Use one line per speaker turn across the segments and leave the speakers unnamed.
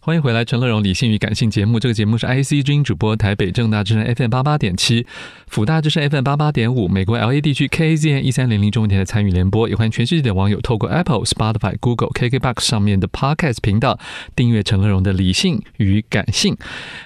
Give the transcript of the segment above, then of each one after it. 欢迎回来，《陈乐荣理性与感性》节目，这个节目是 IC 之音主播，台北正大之声 FM 八八点七，辅大之声 FM 八八点五，美国 LA 地区 KZN 一三零零中文台的参与联播，也欢迎全世界的网友透过 Apple、Spotify、Google、KKBox 上面的 Podcast 频道订阅陈乐荣的《理性与感性》，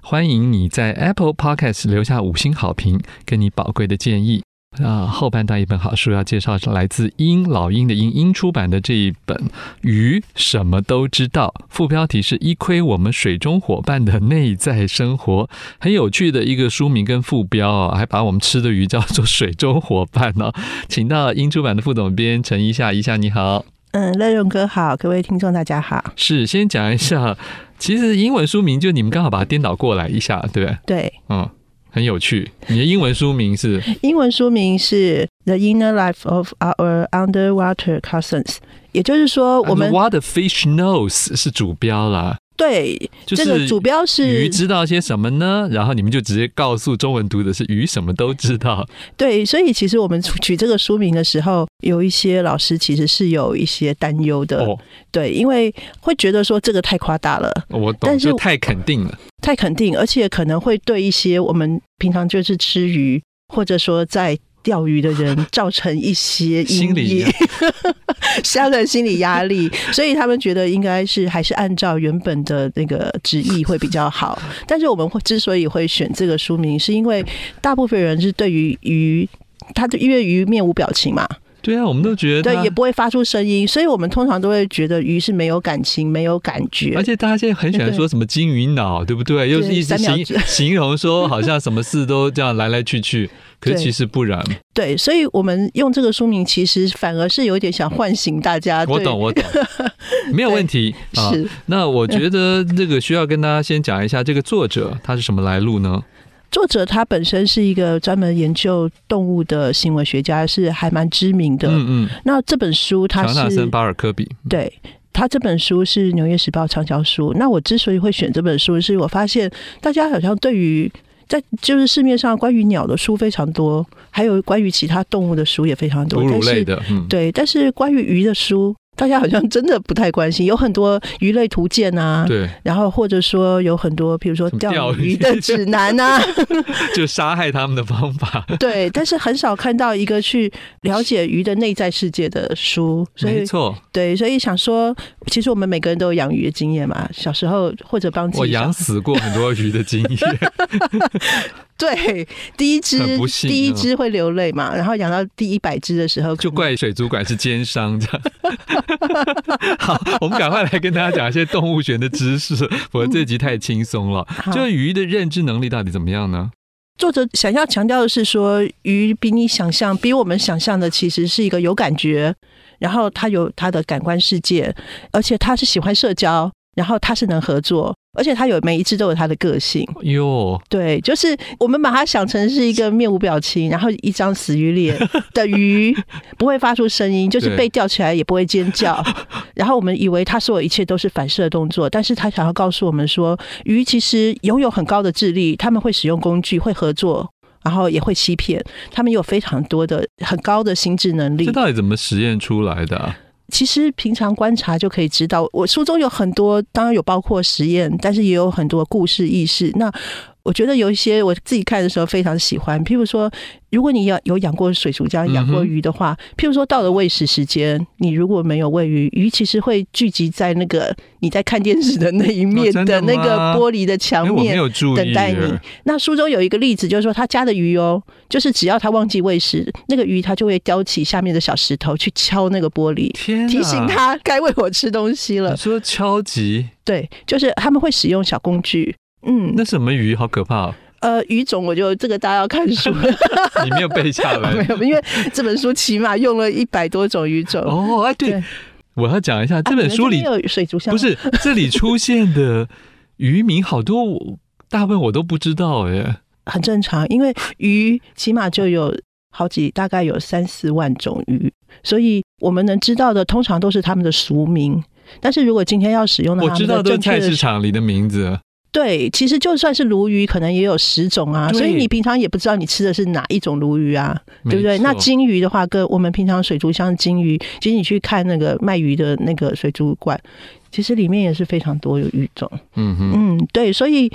欢迎你在 Apple Podcast 留下五星好评，跟你宝贵的建议。啊、呃，后半段一本好书要介绍是来自英老鹰的鹰鹰出版的这一本《鱼什么都知道》，副标题是“一窥我们水中伙伴的内在生活”，很有趣的一个书名跟副标啊、哦，还把我们吃的鱼叫做水中伙伴呢、哦。请到鹰出版的副总编陈一夏，一夏你好，
嗯，乐荣哥好，各位听众大家好，
是先讲一下，其实英文书名就你们刚好把它颠倒过来一下，对不对？
对，
嗯。很有趣，你的英文书名是？
英文书名是《The Inner Life of Our Underwater Cousins》，也就是说，我们
呃 What the Fish Knows 是主标啦。
对，
就
这个
是
主标是
鱼知道些什么呢？然后你们就直接告诉中文读的是鱼什么都知道。
对，所以其实我们取这个书名的时候，有一些老师其实是有一些担忧的，
哦，
对，因为会觉得说这个太夸大了，
我懂，
但是
就太肯定了。
太肯定，而且可能会对一些我们平常就是吃鱼或者说在钓鱼的人造成一些阴
心理
影
压，
相对心理压 力，所以他们觉得应该是还是按照原本的那个旨意会比较好。但是我们会之所以会选这个书名，是因为大部分人是对于鱼。他对因为鱼面无表情嘛，
对啊，我们都觉得
对，
它
也不会发出声音，所以我们通常都会觉得鱼是没有感情、没有感觉
而，且大家现在很喜欢说什么金鱼脑，对不对？又是一直
三秒
形
制
形容说好像什么事都这样来来去去，可是
对啊
其实不然。
对，所以我们用这个书名，其实反而是有一点想唤醒大家。
我
对
懂，，我 懂，没有问题啊。
是
那我觉得这个需要跟大家先讲一下，这个作者他是什么来路呢？
作者他本身是一个专门研究动物的行为学家，是还蛮知名的。
嗯嗯，
那这本书它
乔纳
是
森·巴尔科比。
对。他这本书是《纽约时报》畅销书。那我之所以会选这本书，是我发现大家好像对于在就是市面上关于鸟的书非常多，还有关于其他动物的书也非常多，
哺乳
但是
类的，嗯，
对，但是关于鱼的书，大家好像真的不太关心，有很多鱼类图鉴啊，
对，
然后或者说有很多，比如说
什么
钓
钓鱼
鱼的指 南啊，
就杀害他们的方法，
对，但是很少看到一个去了解鱼的内在世界的书，所
没
以
错，
对，所以想说，其实我们每个人都有养鱼的经验嘛，小时候或者帮自
我
己小
养死过很多鱼的经验，
对第一只
很不幸啊
第一只会流泪嘛，然后养到第一百只的时候
就怪水族馆是奸商这样。 好，我们赶快来跟大家讲一些动物学的知识，我这集太轻松了。
好
就鱼的认知能力到底怎么样呢？
作者想要强调的是说，鱼比你想象、比我们想象的其实是一个有感觉，然后它有它的感官世界，而且它是喜欢社交，然后它是能合作，而且它有每一只都有它的个性。
哟，
对，就是我们把它想成是一个面无表情，然后一张死鱼脸的鱼，不会发出声音，就是
对
被吊起来也不会尖叫。然后我们以为它所有一切都是反射动作，但是它想要告诉我们说，鱼其实拥有很高的智力，他们会使用工具，会合作。然后也会欺骗，他们有非常多的很高的心智能力
这。到底怎么实验出来的啊、
其实平常观察就可以知道，我书中有很多，当然有包括实验，但是也有很多故事意识。那我觉得有一些我自己看的时候非常喜欢，譬如说，如果你养有养过水族
嗯
箱、
哼
养过鱼的话，譬如说到了喂食时间，你如果没有喂鱼，鱼其实会聚集在那个你在看电视的那一面
哦真的
的
吗
那个玻璃的墙
哎，我没
面。
有注意
等待你
耶。
那书中有一个例子，就是说他家的鱼哦，就是只要他忘记喂食，那个鱼它就会叼起下面的小石头去敲那个玻璃，
天、啊，嗯
提醒他该喂我吃东西了
你。说敲击，
对，就是他们会使用小工具。嗯，
那什么鱼好可 怕哦、
呃，语种我就这个大家要看书了，
你没有背下来
没有， 因为这本书起码用了一百多种语种。
哦，哎，对，
对
我要讲一下这
啊
本
你们
书里
边有水族箱，
不是这里出现的渔民好多，我大部分我都不知道耶。
很正常，因为鱼起码就有好几，大概有三四万种鱼，所以我们能知道的通常都是他们的俗名。但是如果今天要使用到
我
他
知
们
道
的
都是
正确
菜
的
市场里的名字，啊
对，其实就算是鲈鱼，可能也有十种啊，
对
所以你平常也不知道你吃的是哪一种鲈鱼啊，
没
对不对？
错
那金鱼的话，跟我们平常水族箱金鱼，其实你去看那个卖鱼的那个水族馆，其实里面也是非常多有鱼种。
嗯哼，
嗯，对，所以。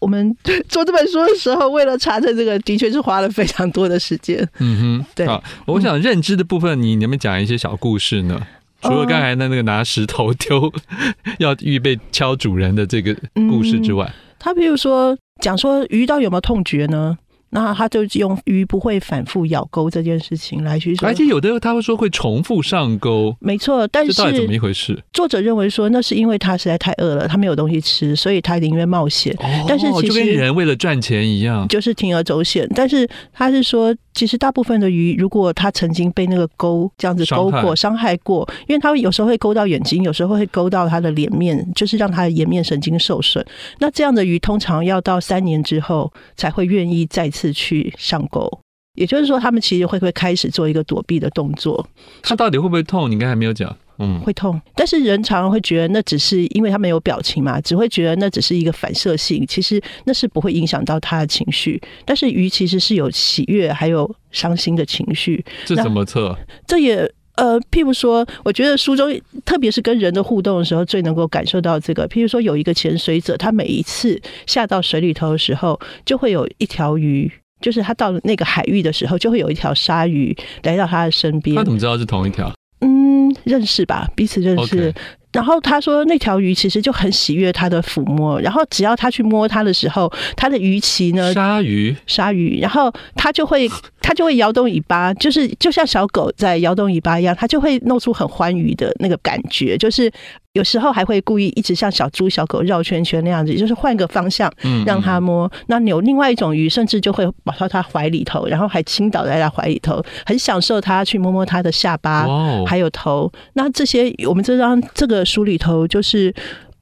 我们做这本书的时候，为了查证这个，的确是花了非常多的时间。
嗯哼，
对
好，我想认知的部分，你能不能讲一些小故事呢？除
哦
了刚才的那个拿石头丢， 要预备敲主人的这个故事之外，
他比如说讲说鱼到底有没有痛觉呢？那他就用鱼不会反复咬钩这件事情来去说
而。且有的他会说会重复上钩，
没错，但
哎这到底怎么
是
一回事？
作者认为说，那是因为他实在太饿了，他没有东西吃，所以他宁愿冒险，
哦，
但是其实
就跟人为了赚钱一样，
就是铤而走险。但是他是说，其实大部分的鱼，如果它曾经被那个钩这样子
伤
勾
害
过、伤害过，因为它有时候会勾到眼睛，有时候会勾到它的脸面，就是让它的颜面神经受损。那这样的鱼通常要到三年之后才会愿意再次去上钩。也就是说，他们其实会会开始做一个躲避的动作，
它到底会不会痛？你刚才没有讲，嗯，
会痛。但是人常常会觉得那只是因为他没有表情嘛，只会觉得那只是一个反射性，其实那是不会影响到他的情绪。但是鱼其实是有喜悦还有伤心的情绪，
这
那
怎么测？
这也。呃，譬如说，我觉得书中特别是跟人的互动的时候，最能够感受到这个。譬如说，有一个潜水者，他每一次下到水里头的时候，就会有一条鱼，就是他到了那个海域的时候，就会有一条鲨鱼来到他的身边
他。怎么知道是同一条
嗯，认识吧，彼此认识。
？OK，
然后他说，那条鱼其实就很喜悦他的抚摸，然后只要他去摸它的时候，它的鱼鳍呢，
鲨鱼
鲨鱼，然后它 就会它就会摇动尾巴，就是就像小狗在摇动尾巴一样，它就会弄出很欢愉的那个感觉，就是有时候还会故意一直像小猪小狗绕圈圈那样子，就是换个方向
嗯，
让它
嗯
摸。那有另外一种鱼，甚至就会跑到它怀里头，然后还倾倒在它怀里头，很享受它去摸摸它的下巴。
哇哦，
还有头。那这些我们这张这个书里头就是。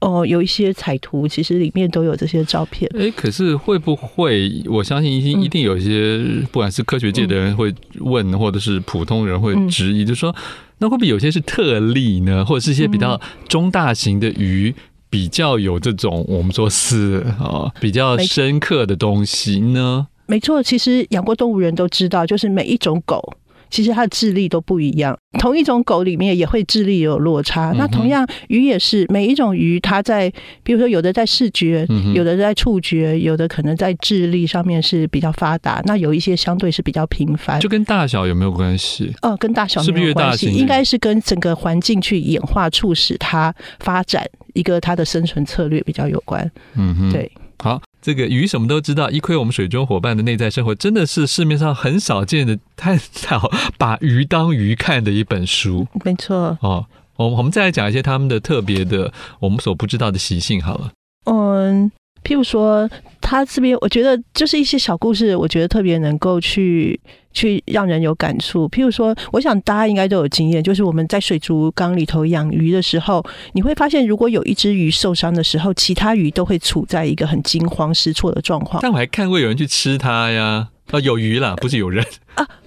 哦，有一些彩图，其实里面都有这些照片。
哎，可是会不会？我相信一定
嗯
一定有一些，不管是科学界的人会问，或者是普通人
嗯
会质疑，就说那会不会有些是特例呢？或者是一些比
嗯
较中大型的鱼？比较有这种我们说丝啊，比较
没
深刻的东西呢。
没错，其实养过动物人都知道，就是每一种狗，其实它的智力都不一样。同一种狗里面也会智力有落差。
嗯哼
那同样鱼也是，每一种鱼它在，比如说有的在视觉，
嗯哼
有的在触觉，有的可能在智力上面是比较发达，那有一些相对是比较频繁。
就跟大小有没有关系？
呃，跟大小
是不是
没有
越大
关系，
型的
应该是跟整个环境去演化，促使它发展一个它的生存策略比较有关。
嗯哼，
对。
好，这个鱼什么都知道，一窥我们水中伙伴的内在生活，真的是市面上很少见的探讨把鱼当鱼看的一本书。
没错，
哦，我们我们再来讲一些他们的特别的，我们所不知道的习性好了。
嗯，譬如说，它这边我觉得就是一些小故事，我觉得特别能够去去让人有感触。譬如说，我想大家应该都有经验，就是我们在水族缸里头养鱼的时候，你会发现，如果有一只鱼受伤的时候，其他鱼都会处在一个很惊慌失措的状况。
但我还看过有人去吃它呀，啊，有鱼
呃
啦，不是有 人，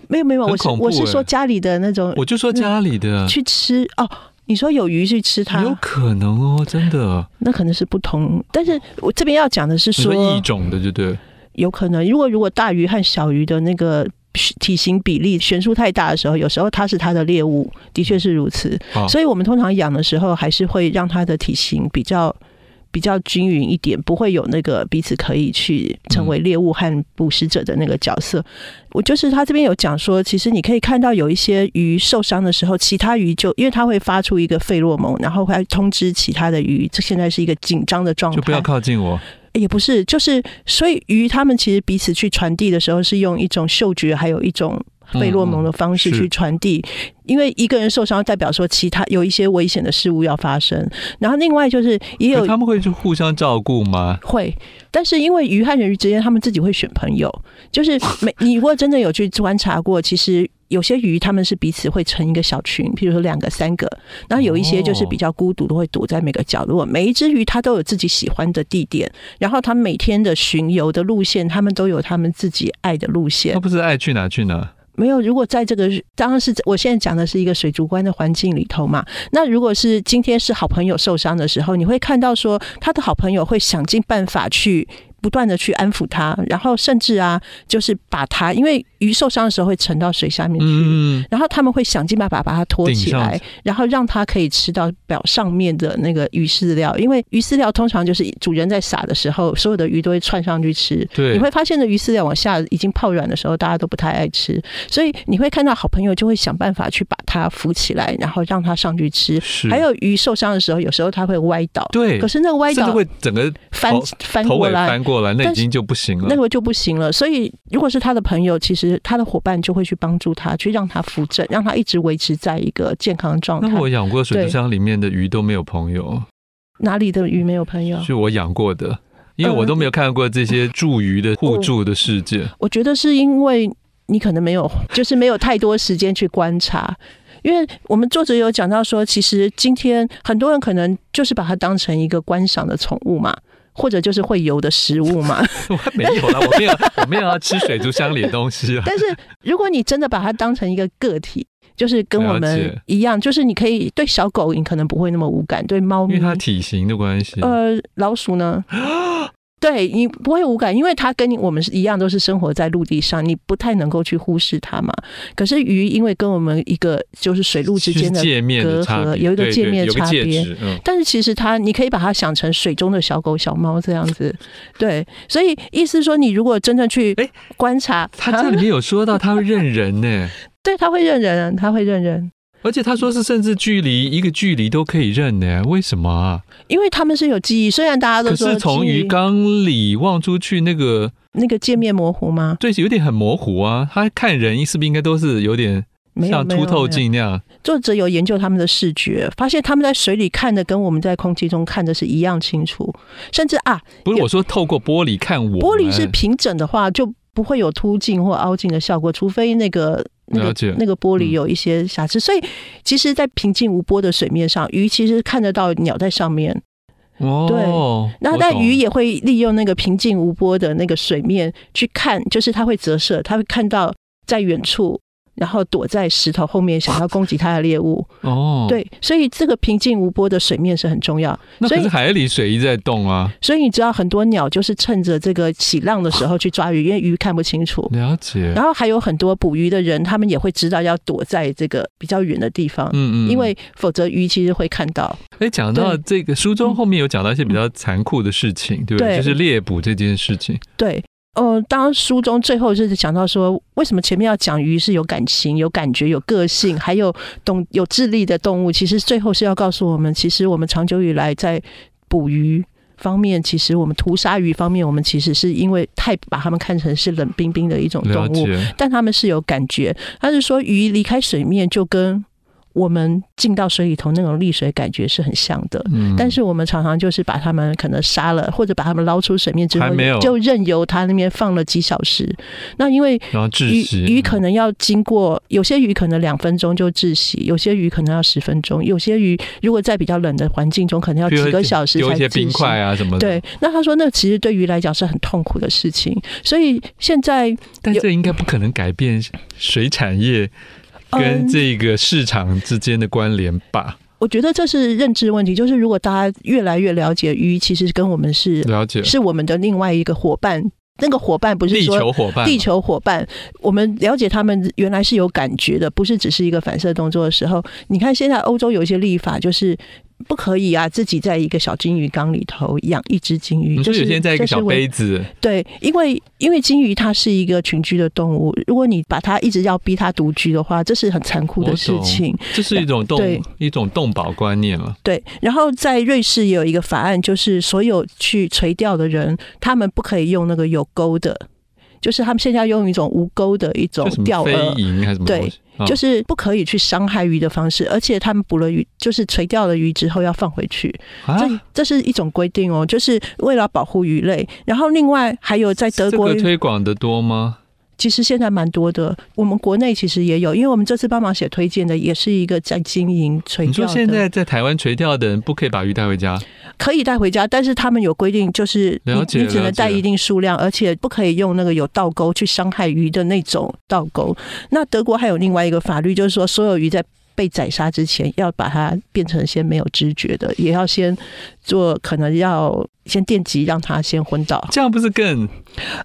没有没有，
很
我是
恐怖
我是
欸
说家里的那种
我就说家里的，
去吃哦。你说有鱼去吃
嗯有
它，
可能哦，真的，
那可能是不同。但是我这边要讲的是
你
说，
说异种的，对不对？
有可能如果如果大鱼和小鱼的那个体型比例悬殊太大的时候，有时候它是它的猎物，的确是如此。
哦
所以我们通常养的时候，还是会让它的体型比较。比较均匀一点，不会有那个彼此可以去成为猎物和捕食者的那个角色。我就是他这边有讲说，其实你可以看到有一些鱼受伤的时候，其他鱼就因为它会发出一个费洛蒙，然后会通知其他的鱼，这现在是一个紧张的状态，
就不要靠近我，
也不是，就是所以鱼它们其实彼此去传递的时候，是用一种嗅觉，还有一种费洛蒙的方
嗯
式
嗯是
去传递。因为一个人受伤，代表说其他有一些危险的事物要发生。然后另外就是也
可
有
是哎他们会去互相照顾吗？
会，但是因为鱼和人鱼之间，他们自己会选朋友。就是每 你如果真的有去观察过，其实有些鱼他们是彼此会成一个小群，譬如说两个、三个，然后有一些就是比较孤独的，会躲在每个角落。每一只鱼它都有自己喜欢的地点，然后它每天的巡游的路线，他们都有他们自己爱的路线
他。不是爱去哪去哪？
没有，如果在这个当然是我现在讲的是一个水族观的环境里头嘛。那如果是今天是好朋友受伤的时候，你会看到说他的好朋友会想尽办法去不断的去安抚他，然后甚至啊，就是把他，因为鱼受伤的时候会沉到水下面去，
嗯，
然后他们会想尽办法把它拖起
顶
来，然后让它可以吃到表上面的那个鱼饲料，因为鱼饲料通常就是主人在撒的时候，所有的鱼都会窜上去吃。
对
你会发现呢，鱼饲料往下已经泡软的时候，大家都不太爱吃，所以你会看到好朋友就会想办法去把它扶起来，然后让它上去吃。
是，
还有鱼受伤的时候，有时候它会歪倒，
对
可，是那个歪
甚至
倒
会整个
翻
头
翻
头
过
尾
来，
翻过来，那已
但是
经就不行
那
了。
个就不行了。所以，如果是他的朋友，其实他的伙伴就会去帮助他，去让他扶正，让他一直维持在一个健康的状态
那。我养过水族
对
箱里面的鱼都没有朋友，
哪里的鱼嗯没有朋友？
是我养过的，因为我都没有看过这些助鱼的互助的世 界。
我觉得是因为你可能没有， 就是没有太多时间去观察。因为我们作者有讲到说，其实今天很多人可能就是把它当成一个观赏的宠物嘛，或者就是会游的食物嘛。
我还没有啦，我没有，我没有要吃水族箱里的东西 啊。
但是如果你真的把它当成一个个体，就是跟我
了
们
解
一样，就是你可以对小狗，你可能不会那么无感；对猫
因
咪
为，它体型的关系，
呃，老 鼠呢？对你不会无感，因为它跟你我们是一样，都是生活在陆地上，你不太能够去忽视它嘛。可是鱼，因为跟我们一个就是水陆之间
就
的
是界面的
隔
差别，
阂有一个
对
界
对
面
有个
差
介
别
质嗯，
但是其实它，你可以把它想成水中的小狗、小猫这样子，对。所以意思说，你如果真的去
诶
观察，
它这里面有说到它会认人呢，
对，它会认人，它会认人，
而且他说是甚至距离一个距离都可以认呢，为什么啊？
因为它们是有记忆。虽然大家
可
都说
是从
记忆
鱼缸里望出去那个，
那个界面模糊吗？
对，有点很模糊啊。他看人是不是应该都是有点
没有，
像
没有
凸透。
没有
镜那样？
作者有研究他们的视觉，发现他们在水里看的跟我们在空气中看的是一样清楚，甚至啊，
不是
有
我说透过玻璃看我，
玻璃是平整的话就不会有凸镜或凹进的效果，除非那个。那
了
个
解
那个玻
嗯
璃有一些瑕疵，所以其实，在平静无波的水面上，鱼其实看得到鸟在上面，
哦，
然后
我
但
懂
鱼也会利用那个平静无波的那个水面去看，就是它会折射，它会看到在远处，然后躲在石头后面想要攻击它的猎物。
哦，，
对，所以这个平静无波的水面是很重要。
那可
所
是
以
海里水一直在动啊，
所以你知道很多鸟就是趁着这个起浪的时候去抓鱼，因为鱼看不清楚。
了解，
然后还有很多捕鱼的人，他们也会知道要躲在这个比较远的地方，
嗯嗯，
因为否则鱼其实会看到。
哎，讲到这个书中后面有讲到一些比较残酷的事情，对不对？
对
就是猎捕这件事情，
对，呃，当然书中最后是讲到说，为什么前面要讲鱼是有感情、有感觉、有个性，还有懂有智力的动物，其实最后是要告诉我们，其实我们长久以来在捕鱼。方面，其实我们屠杀鱼方面，我们其实是因为太把它们看成是冷冰冰的一种动
了
物，
解，
但它们是有感觉。它是说鱼离开水面，就跟我们进到水里头那种溺水感觉是很像的。
嗯，
但是我们常常就是把他们可能杀了，或者把他们捞出水面之
还
后
没有，
就任由它那边放了几小时。那因为
然后窒
鱼
息，
鱼可能要经过，有些鱼可能两分钟就窒息，有些鱼可能要十分钟，有些鱼如果在比较冷的环境中，可能要
比如
几个小时
丢
才
一些冰
窒息。
块啊什么的，
对，，那他说，那其实对鱼来讲是很痛苦的事情，所以现在
但
有
这应该不可能改变水产业跟
嗯
这个市场之间的关联吧？
我觉得这是认知问题，就是如果大家越来越了解鱼，其实跟我们是
了解，
嗯是我们的另外一个伙伴，那个伙伴不是
地
说
球伙伴嘛，
地球伙伴，我们了解他们原来是有感觉的，不是只是一个反射动作的时候。你看现在欧洲有一些立法，就是不可以啊，自己在一个小金鱼缸里头养一只金鱼，
你
就
说
是
有些在一个
这是
小
违
杯子，
对，因为因为金鱼它是一个群居的动物，如果你把它一直要逼它独居的话，这是很残酷的
我
事
懂
情。
这是一种动
对
一种动保观念了。
对，然后在瑞士也有一个法案，就是所有去垂钓的人，他们不可以用那个有钩的，就是他们现在用一种无钩的一种
这什么
钓
飞
饵。
蝇还是什么
对
东西？啊
就是不可以去伤害鱼的方式，而且他们捕了鱼，就是垂钓了鱼之后要放回去，这
啊，
这是一种规定哦，就是为了保护鱼类。然后另外还有在德
这
国
个推广的多吗？
其实现在蛮多的，我们国内其实也有，因为我们这次帮忙写推荐的也是一个在经营垂
你
钓
说
的。
现在在台湾垂钓的人不可以把鱼带回家，
可以带回家，但是他们有规定，就是你
了解
你只
了
能
解
带一定数量，而且不可以用那个有倒钩去伤害鱼的那种倒钩。那德国还有另外一个法律，就是说所有鱼在被宰杀之前，要把它变成先没有知觉的，也要先做，可能要先电击让它先 昏倒。
这样不是更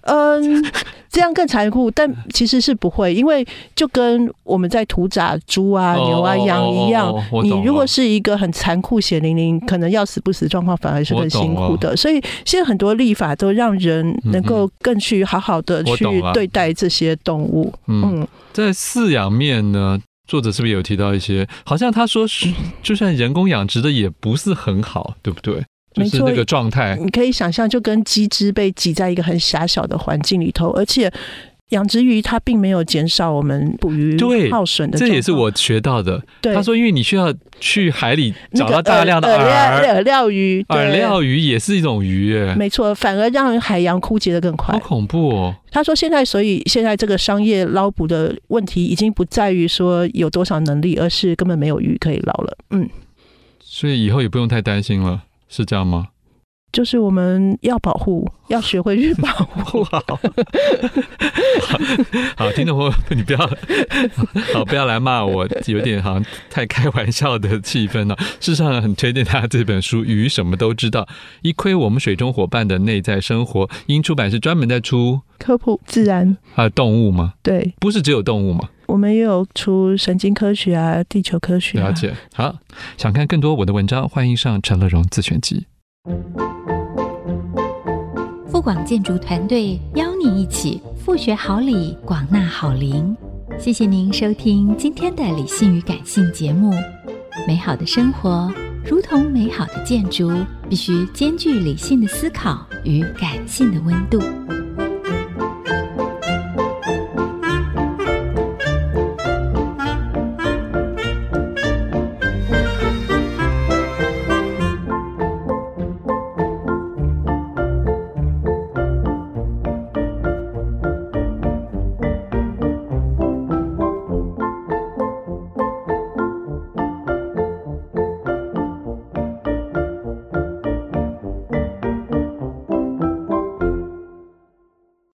嗯，这样更残酷，但其实是不会，因为就跟我们在屠宰猪啊、
哦
牛啊、
哦
羊一样，
哦哦哦我
你
懂了嗯
如果是一个很残酷、血淋淋，可能要死不死状况，反而是更辛苦
我懂嗯
的。所以现在很多立法都让人能够更去好好的
我
去
懂了
对待这些动物。
嗯？
嗯，
在饲养面呢，作者是不是有提到一些？好像他说是，就算人工养殖的也不是很好，对不对？就
没
是
错嗯
那个状态，
你可以想象，就跟鸡只被挤在一个很狭小的环境里头，而且养殖鱼它并没有减少我们捕鱼
对
耗损的
这
状况。
也是我学到的。
对
他说，因为你需要去海里
那
找
个
到大量的
饵料
饵，
饵料鱼，对
饵料鱼也是一种鱼，哎，
没错，反而让海洋枯竭的更
好
快。
恐怖哦！
他说，现在所以现在这个商业捞捕的问题，已经不在于说有多少能力，而是根本没有鱼可以捞了。嗯，
所以以后也不用太担心了，是这样吗？
就是我们要保护，要学会去保 护。
好，好，听众朋友，你不要， 好，不要来骂我，有点好像太开玩笑的气氛了。事实上，很推荐他这本书《鱼什么都知道》，一窥我们水中伙伴的内在生活。英出版是专门在出
科普自然，
啊动物吗？
对
不是只有动物吗？
我们也有出神经科学啊、地球科学、啊。
了解。好，想看更多我的文章，欢迎上陈乐荣自选集。
富广建筑团队邀你一起复学好礼，广纳好邻。谢谢您收听今天的理性与感性节目。美好的生活如同美好的建筑，必须兼具理性的思考与感性的温度。